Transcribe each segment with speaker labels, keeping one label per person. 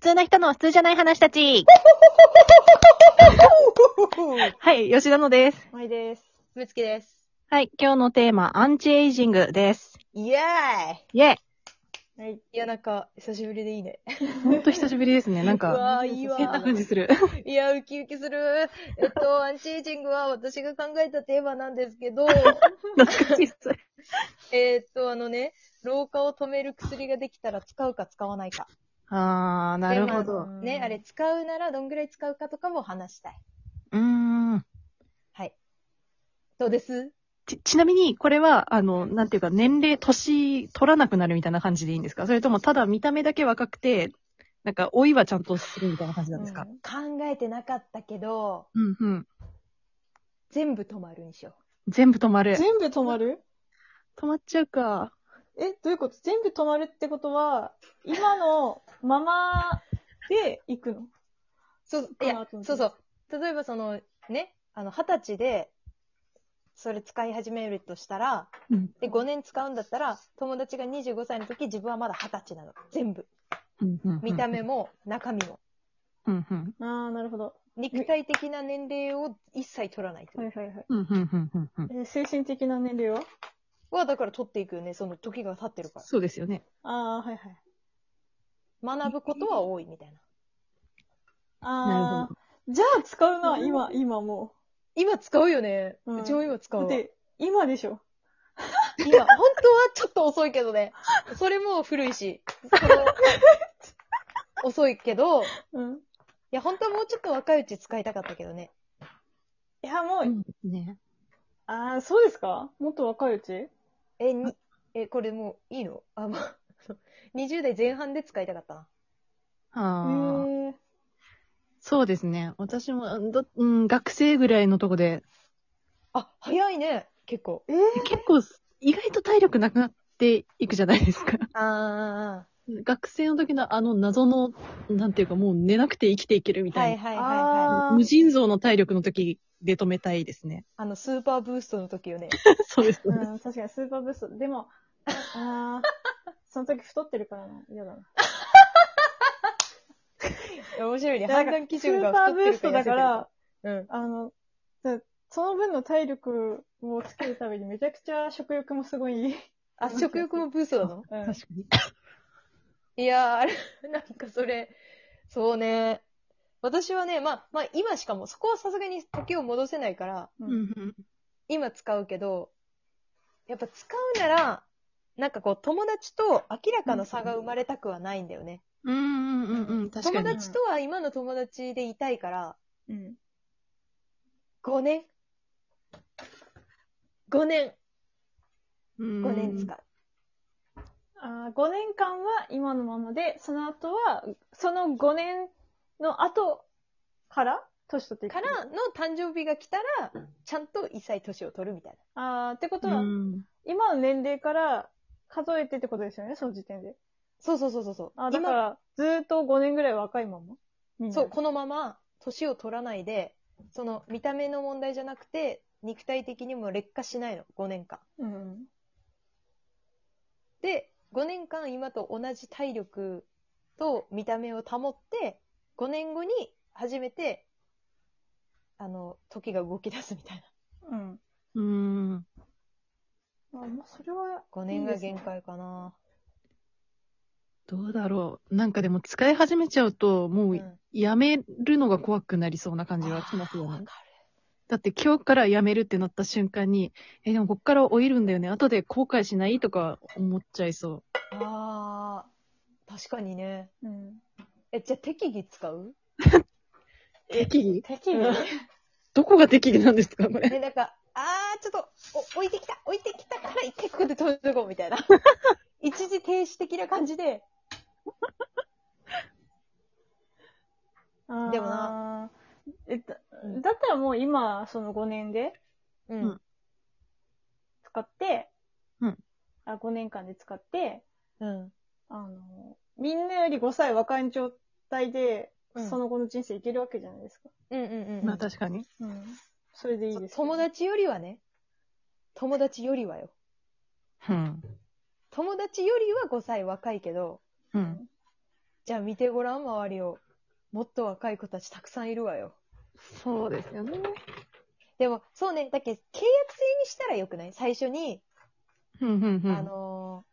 Speaker 1: 通な人の普通じゃない話たち。はい、吉田のです。
Speaker 2: まいです。
Speaker 3: むつきです。
Speaker 1: はい、今日のテーマ、アンチエイジングです。
Speaker 2: イエー
Speaker 1: イェイ
Speaker 2: イはい。
Speaker 3: いや、なんか、久しぶりでいいね。
Speaker 1: ほんと久しぶりですね、なん
Speaker 3: う
Speaker 1: か。
Speaker 3: わー、いいわ
Speaker 1: 変な感
Speaker 3: ー。
Speaker 1: じする。
Speaker 3: いや、ウキウキする。えっと、アンチエイジングは私が考えたテーマなんですけど、
Speaker 1: 懐かしいっす。
Speaker 3: えっと、あのね、老化を止める薬ができたら使うか使わないか。
Speaker 1: あー、なるほ
Speaker 3: で
Speaker 1: ど
Speaker 3: ま。あね、あれ使うならどんぐらい使うかとかも話したい。
Speaker 1: うーん。
Speaker 3: はい。どうです
Speaker 1: ち、ちなみに、これは、あの、なんていうか、年齢、年取らなくなるみたいな感じでいいんですかそれとも、ただ見た目だけ若くて、なんか、老いはちゃんとするみたいな感じなんですか
Speaker 3: うん考えてなかったけど、
Speaker 1: うん、うん。
Speaker 3: 全部止まるにしよ
Speaker 1: 全部止まる。
Speaker 2: 全部止まる
Speaker 1: 止まっちゃうか。
Speaker 2: え、どういうこと全部止まるってことは、今のままで行くの
Speaker 3: う。そう、いや、そうそう。例えばその、ね、あの、二十歳で、それ使い始めるとしたら、
Speaker 1: うん
Speaker 3: で、5年使うんだったら、友達が25歳の時、自分はまだ20歳なの。全部。
Speaker 1: うんうんうん
Speaker 3: 見た目も、中身も。
Speaker 1: うんうん。
Speaker 2: あー、なるほど。
Speaker 3: 肉体的な年齢を一切取らないと
Speaker 2: はい。はいはい。
Speaker 1: うんうんうんうんうん
Speaker 2: えー精神的な年齢は
Speaker 3: は、だから取っていくよね。その時が経ってるから。
Speaker 1: そうですよね。
Speaker 2: あー、はいはい。
Speaker 3: 学ぶことは多いみたいな。
Speaker 1: なる
Speaker 2: あ
Speaker 1: ほ
Speaker 2: ー、じゃあ使うな、今、今も
Speaker 3: 今使うよね。
Speaker 2: うん
Speaker 3: うちも今使
Speaker 2: う。だ
Speaker 3: う
Speaker 2: っ
Speaker 3: わ。
Speaker 2: て、今でしょ。
Speaker 3: 今、本当はちょっと遅いけどね。それも古いし。その遅いけど、い
Speaker 2: うん。
Speaker 3: や、本当はもうちょっと若いうち使いたかったけどね。
Speaker 2: いや、もう、
Speaker 1: ど。ね。
Speaker 2: あー、そうですかもっと若いうち
Speaker 3: え、に、え、これもういいのあ、まあ、そう20代 前半で使いたかったな。
Speaker 2: え
Speaker 1: ああ。
Speaker 2: ー、
Speaker 1: そうですね。私も、どうん、学生ぐらいのとこで、
Speaker 3: あ、早いね、結構。
Speaker 2: え
Speaker 1: 結構、意外と体力なくなっていくじゃないですか。
Speaker 3: あ
Speaker 1: 学生の時のあの謎の、なんていうかもう寝なくて生きていけるみ
Speaker 3: は
Speaker 1: た
Speaker 3: い
Speaker 1: い
Speaker 3: はいはい、はい。
Speaker 2: あ
Speaker 1: な。
Speaker 2: ー
Speaker 1: 無尽蔵の体力の時で止めたいです ね。
Speaker 3: あの、スーパーブーストの時よ ね。
Speaker 1: そうです。
Speaker 2: うん、確かにスーパーブースト。でも、あーその時太ってるからな。嫌だな。
Speaker 3: いや面白いね。
Speaker 2: なん
Speaker 3: 判
Speaker 2: か
Speaker 3: 断基準が
Speaker 2: スーパー
Speaker 3: 太
Speaker 2: ブ
Speaker 3: って
Speaker 2: ー
Speaker 3: る
Speaker 2: ストだか
Speaker 3: 痩
Speaker 2: ら、
Speaker 3: せてるか。
Speaker 2: あの、だその分の体力をつけるためにめちゃくちゃ食欲もすごい。
Speaker 3: うん。あ、食欲もブーストなの
Speaker 2: うん
Speaker 1: 確かに。
Speaker 3: いやー、あれ、 なんかそれ、そうね。私はね、まあ、まあ今しかも、そこはさすがに時を戻せないから、
Speaker 2: う。
Speaker 1: うんん
Speaker 3: 今使うけど、やっぱ使うなら、なんかこう友達と明らかな差が生まれたくはないんだよね。
Speaker 1: うんうんうんうん。確か
Speaker 3: 友
Speaker 1: に。
Speaker 3: 達とは今の友達でいたいから、
Speaker 2: うん。
Speaker 3: 5年。5年、
Speaker 1: 5
Speaker 3: 5年使う。
Speaker 2: あ5年間は今のままで、その後は、その5年の後から、年取っていく。
Speaker 3: からの誕生日が来たら、ちゃんと一歳年を取るみたいな。
Speaker 2: あーってこと
Speaker 1: う
Speaker 2: は、
Speaker 1: ん。
Speaker 2: 今の年齢から数えてってことですよね、その時点で。
Speaker 3: そうそうそうそうそう。
Speaker 2: あーだから、ずーっと5年ぐらい若いまま
Speaker 3: 今、
Speaker 2: みんな
Speaker 3: そう、このまま年を取らないで、その見た目の問題じゃなくて、肉体的にも劣化しないの、5年間。
Speaker 2: うん。
Speaker 3: で、5年間今と同じ体力と見た目を保って、5年後に初めて、あの、時が動き出すみたいな。
Speaker 2: うん。
Speaker 1: うん。
Speaker 2: あ、まあ、それは、
Speaker 3: 5年が限界かな。
Speaker 1: どうだろう。なんかでも使い始めちゃうと、もう
Speaker 3: うん
Speaker 1: やめるのが怖くなりそうな感じはしますよ
Speaker 3: わ
Speaker 1: ね。
Speaker 3: か
Speaker 1: だって今日からやめるってなった瞬間に、え、でもこっから老いるんだよね。後で後悔しないとか思っちゃいそ
Speaker 3: る。あー、確かにね。
Speaker 2: うん。
Speaker 3: え、じゃあ適宜使
Speaker 1: う。
Speaker 3: う
Speaker 1: 適宜
Speaker 2: 適
Speaker 3: 宜
Speaker 1: どこが適宜なんですかこれ。
Speaker 3: で、なんか、あー、ちょっと、お、置いてきた、置いてきたから一回ここで閉じとこう みたいな。一時停止的な感じで、でも
Speaker 2: な。えだ
Speaker 3: うん
Speaker 2: だったらもう今、その5年で
Speaker 3: うんん。
Speaker 2: 使って、
Speaker 1: うん
Speaker 2: あ、5年間で使って、
Speaker 3: うん。
Speaker 2: あの、みんなより5歳若い状態で、
Speaker 3: うん
Speaker 2: その後の人生いけるわけじゃないですか。
Speaker 3: うんうんう ん。
Speaker 1: まあ確かに。
Speaker 2: うん。それでいいです。
Speaker 3: 友。達よりはね、友達よりはよ。
Speaker 1: うん。
Speaker 3: 友達よりは5歳若いけど、
Speaker 1: うん。
Speaker 3: じゃあ見てごらん、周りを。もっと若い子たちたくさんいるわよ。
Speaker 1: そうですよね。
Speaker 3: でも、そうね、だっけ契約制にしたらよくない最初に、
Speaker 1: うんうんうん。
Speaker 3: あの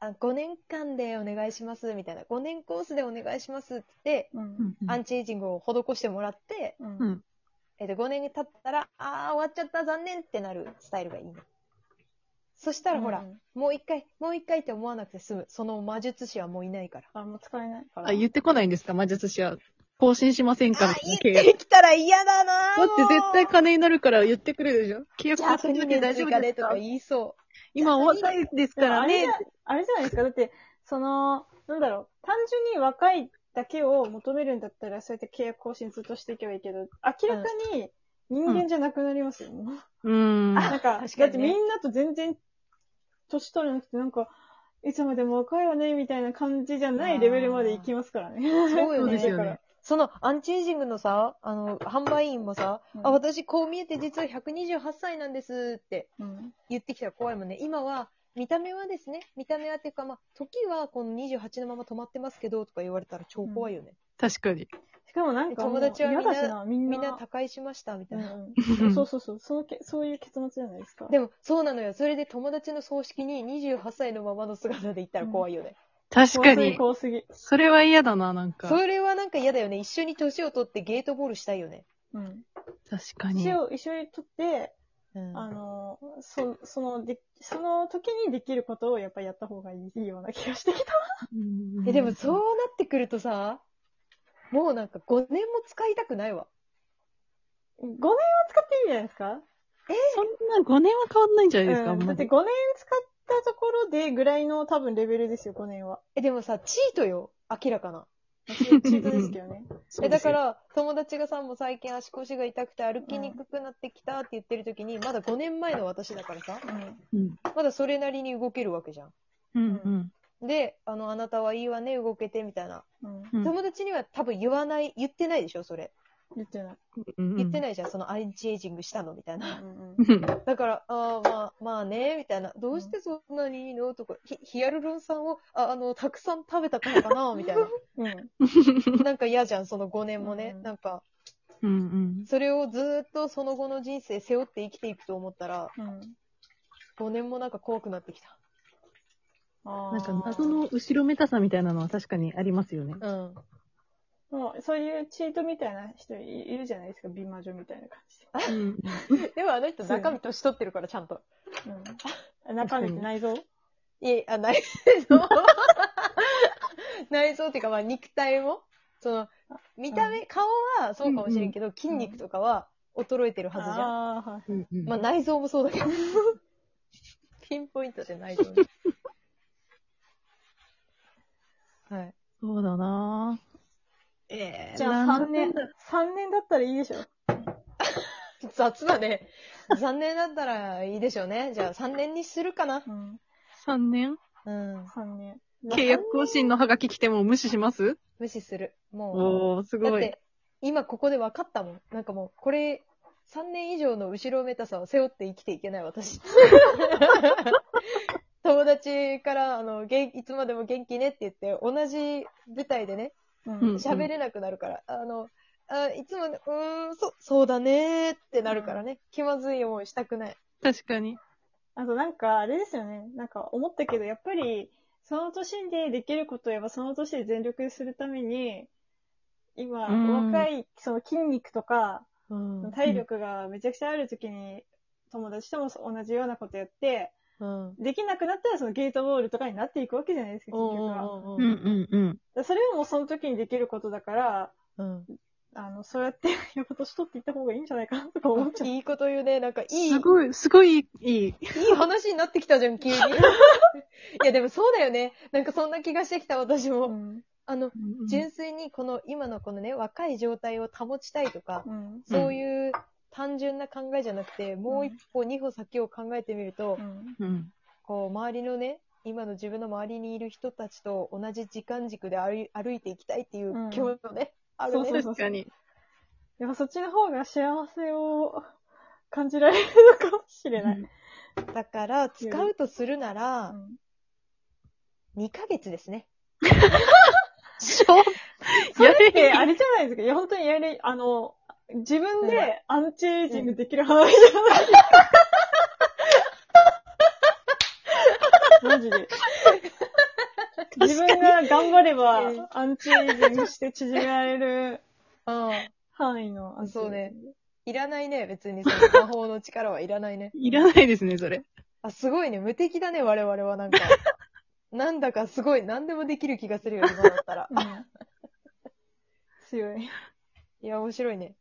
Speaker 3: ーあ、5年間でお願いします、みたいな。5年コースでお願いしますって言って、
Speaker 1: う
Speaker 2: う。
Speaker 1: んんうん、
Speaker 3: アンチエイジングを施してもらって、
Speaker 2: うん。
Speaker 1: うん。
Speaker 3: えっと、5年経ったら、あー、終わっちゃった、残念ってなるスタイルがいいね。そしたらほら、
Speaker 2: うん
Speaker 3: もう一回、もう一回って思わなくて済む。その魔術師はもういないから。
Speaker 2: あ、もう使えないから。
Speaker 1: あ、言ってこないんですか魔術師は。更新しませんか
Speaker 3: あ
Speaker 1: み
Speaker 3: ー
Speaker 1: たいな
Speaker 3: 言っ
Speaker 1: 契約
Speaker 3: てきたら嫌だな
Speaker 1: だって絶対
Speaker 3: か
Speaker 1: 金になるから言ってくれるでしょ契約
Speaker 3: じゃ
Speaker 1: 更
Speaker 3: あ、
Speaker 1: 新
Speaker 3: 国
Speaker 1: だ
Speaker 3: で
Speaker 1: け
Speaker 3: 大
Speaker 1: 大
Speaker 3: 丈
Speaker 1: 丈
Speaker 3: 夫
Speaker 1: 夫
Speaker 3: で
Speaker 1: ですす
Speaker 3: とか
Speaker 1: か
Speaker 3: 言いそ
Speaker 1: 今お若いですからね。
Speaker 2: あれじゃないですか。だって、その、なんだろう、単純に若いだけを求めるんだったら、そうやって契約更新ずっとしていけばいいけど、明らかに人間じゃなくなりますよね。
Speaker 1: うーん。
Speaker 2: なんか、
Speaker 3: 確かにね
Speaker 2: だってみんなと全然、年取らなくて、なんか、いつまでも若いわね、みたいな感じじゃないレベルまで行きますからね。
Speaker 3: う。そう
Speaker 1: そ
Speaker 3: よ
Speaker 1: う
Speaker 3: ね。
Speaker 1: ですよ
Speaker 2: だか
Speaker 1: ね
Speaker 2: ら。
Speaker 3: そのアンチエイジングのさ、あの、販売員もさ、
Speaker 2: うん
Speaker 3: あ、私こう見えて実は128歳なんですって
Speaker 2: うん。
Speaker 3: 言ってきたら怖いもんね。今は、見た目はですね、見た目はっていうか、まあ、時はこの28のまま止まってますけど、とか言われたら超怖いよね。
Speaker 1: 確かに。
Speaker 2: しかもなんかも
Speaker 3: 友
Speaker 2: う、
Speaker 3: 達はみんな
Speaker 2: 嫌だしな、みん
Speaker 3: み
Speaker 2: な。
Speaker 3: んな他界しました、みた
Speaker 2: う
Speaker 3: いな。
Speaker 2: ん
Speaker 1: う
Speaker 2: うんん、そうそうそうそうけ。そういう結末じゃないですか。
Speaker 3: でも、そうなのよ。それで友達の葬式に28歳のままの姿で行ったら怖いよね。
Speaker 1: 確かに。
Speaker 2: 怖すぎ、怖す
Speaker 1: それは嫌だな、なんか。
Speaker 3: それはなんか嫌だよね。一緒に年を取ってゲートボールしたいよね。
Speaker 2: ぎ。うん。
Speaker 1: 確かに
Speaker 2: 死。を一緒に取って、
Speaker 3: うん
Speaker 2: あの、そそので、その時にできることをやっぱりやった方がいいような気がしてきた。
Speaker 1: うん
Speaker 3: え、でもそうなってくるとさ、もうなんか5年も使いたくないわ。
Speaker 2: 5年は使っていいんじゃないですか
Speaker 1: そんな5年は変わんないんじゃないですか、
Speaker 2: うん、だ
Speaker 1: も
Speaker 2: っ
Speaker 1: う
Speaker 2: て5年使ったところでぐらいの多分レベルですよ、5年は。
Speaker 3: え、でもさ、チートよ。明らかな。
Speaker 2: チーチートですけ どね。
Speaker 1: そう
Speaker 3: え、
Speaker 1: で
Speaker 3: だ
Speaker 1: す
Speaker 3: か
Speaker 1: よ
Speaker 3: ら、友達がさ、もう最近足腰が痛くて歩きにくくなってきたって言ってる時に、まだ5年前の私だからさ、
Speaker 1: うん。
Speaker 3: まだそれなりに動けるわけじゃん。
Speaker 1: うんうん。
Speaker 3: で、あの、あなたはいいわね、動けて、みたいな。
Speaker 2: うん。うん。
Speaker 1: うん
Speaker 3: 友達には多分言わない、言ってないでしょ、それ。
Speaker 2: 言ってない。
Speaker 1: うんうん
Speaker 3: 言ってないじゃん、そのアンチエイジングしたの、みたいな。
Speaker 2: うんうん
Speaker 1: うん
Speaker 3: だから、ああ、まあ、まあね、みたいな。どうしてそんなにいいのとか、ヒヒアルロン酸を、ああの、たくさん食べたからかなみたいな。
Speaker 2: うん。
Speaker 3: なんか嫌じゃん、その5年もね。
Speaker 2: うん
Speaker 3: なんか、
Speaker 1: うん
Speaker 3: それをずーっとその後の人生背負って生きていくと思ったら、
Speaker 2: うん。
Speaker 3: 5年もなんか怖くなってきた。
Speaker 1: う
Speaker 2: あー
Speaker 1: ん。なんか謎の後ろめたさみたいなのは確かにありますよね。
Speaker 3: うん。
Speaker 2: もう、そういうチートみたいな人いいるじゃないですか、美魔女みたいな感
Speaker 1: うん
Speaker 3: でもあの人
Speaker 2: そう
Speaker 3: 中身年取ってるから、ちゃんと。
Speaker 2: じで。うん。中身って内臓
Speaker 3: いえ、あ、内臓。 内臓っていうか、まあ、肉体も、その、見た目、顔はそうかもしれんけど、筋肉とかは衰えてるはずじゃん。
Speaker 2: ああ、はい。
Speaker 1: うんうん
Speaker 3: まあ内臓もそうだけど。 ピンポイントで内臓に。 はい。
Speaker 1: そうだなぁ。
Speaker 3: え
Speaker 2: じゃあ3年、3年だったらいいでしょ。
Speaker 3: 雑だね。残念だったらいいでしょうね。じゃあ3年にするかな。
Speaker 2: うん。
Speaker 1: 3年
Speaker 3: うん。
Speaker 2: 3年。
Speaker 1: 契約更新のハガキ来ても無視します
Speaker 3: 無視する。も
Speaker 1: おー、す
Speaker 3: う。だっ
Speaker 1: ごい。
Speaker 3: て、今ここで分かったもん。なんかもう、これ、3年以上の後ろめたさを背負って生きていけない私。友達から、あの、元いつまでも元気ねって言って、同じ舞台でね、
Speaker 2: うん。
Speaker 3: 喋れなくなるから、あの、あいつもね、うーん、そ、そうだねーってなるからね、気まずい思いしたくない。
Speaker 1: 確かに。
Speaker 2: あとなんか、あれですよね。なんか思ったけど、やっぱり、その年でできることをやっぱその年で全力でするために、今、
Speaker 1: うん
Speaker 2: 若い、その筋肉とか、
Speaker 3: うん
Speaker 2: 体力がめちゃくちゃある時に、友達とも同じようなことやって、
Speaker 3: うん。
Speaker 2: できなくなったらそのゲートボールとかになっていくわけじゃないですか、結局は。
Speaker 1: う
Speaker 3: うん
Speaker 1: んうんうん。
Speaker 2: だからそれはもうその時にできることだから、
Speaker 3: うん
Speaker 2: あの、そうやって、やっぱ年取っていった方がいいんじゃないかなとか思っちゃ う。
Speaker 3: いいこと言うね。なんかいい、い
Speaker 1: すごい、すごいいい。
Speaker 3: い話になってきたじゃん、急に。いや、でもそうだよね。なんかそんな気がしてきた、私
Speaker 2: う
Speaker 3: も。
Speaker 2: ん。
Speaker 3: あの、
Speaker 1: うん
Speaker 3: 純粋にこの、今のこのね、若い状態を保ちたいとか、
Speaker 2: うん。
Speaker 3: そういう単純な考えじゃなくて、もう一歩、二歩先を考えてみると、
Speaker 2: うん。
Speaker 1: うん
Speaker 3: こう、周りのね、今の自分の周りにいる人たちと同じ時間軸で歩い歩いていきたいっていう
Speaker 2: うん
Speaker 3: 気持ちのね、ある
Speaker 2: そうそう
Speaker 3: ね。
Speaker 1: 確かに。
Speaker 2: やっぱそっちの方が幸せを感じられるのかもしれない。
Speaker 3: だから、使うとするなら、
Speaker 2: うん
Speaker 3: 2ヶ月ですね。
Speaker 2: それって、あれじゃないですか。いや、本当にやり、あの、自分
Speaker 3: う
Speaker 2: でアンチエイジングできる話じゃないですか。マジで。自分が頑張れば
Speaker 3: うん、
Speaker 2: アンチエイジングして縮められる
Speaker 3: う
Speaker 2: 範囲のアン
Speaker 3: ん。
Speaker 2: チエ
Speaker 3: そ
Speaker 2: イジング
Speaker 3: うね。。いらないね、別に。その魔法の力はいらないね。
Speaker 1: いらないですね、それ。
Speaker 3: あ、すごいね。無敵だね、我々は なんか。なんだかすごい、何でもできる気がするよ、今だったら。
Speaker 2: うん強い。
Speaker 3: いや、面白いね。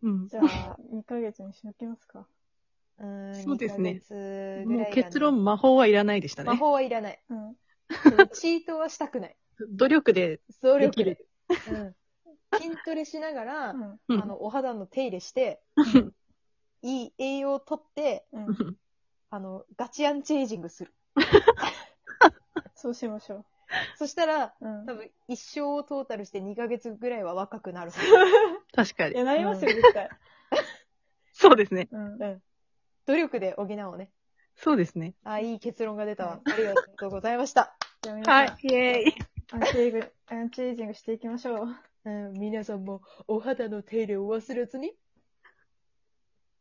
Speaker 1: うん
Speaker 2: じ。ゃあ、2 ヶ月にしときますか。
Speaker 3: うーん。
Speaker 1: そうですね
Speaker 3: 2ヶ月ぐらい
Speaker 1: も
Speaker 3: が
Speaker 1: う
Speaker 3: ね
Speaker 1: 結論、魔法はいらないでした
Speaker 3: 魔
Speaker 1: ね。
Speaker 3: 法はいらない。
Speaker 2: うん。
Speaker 3: そのチートはしたくない。
Speaker 1: 努力で、
Speaker 3: 総力
Speaker 1: で
Speaker 3: で。うん。筋トレしながら、
Speaker 2: うん。
Speaker 1: うん
Speaker 3: あの、お肌の手入れして、いい栄養をとって、
Speaker 2: うん。
Speaker 3: あの、ガチアンチエイジングする。
Speaker 2: そうしましょ
Speaker 3: そしたら、
Speaker 2: う。うん
Speaker 3: 多。分、一生をトータルして2ヶ月ぐらいは若くなるはず。
Speaker 1: 確か
Speaker 2: い
Speaker 1: に。
Speaker 2: や、なりますよ、絶対。
Speaker 1: そうですね。
Speaker 2: うん。
Speaker 3: うん。努力で補おうね。
Speaker 1: そうですね。
Speaker 3: あ、いい結論が出たわ。ありがとうございました。
Speaker 2: じゃあ皆さ
Speaker 1: は
Speaker 2: ん
Speaker 1: い、イェーイ。
Speaker 2: アンチエイグ、アンチエイジングしていきましょう。
Speaker 3: うん、皆さんもお肌の手入れを忘れずに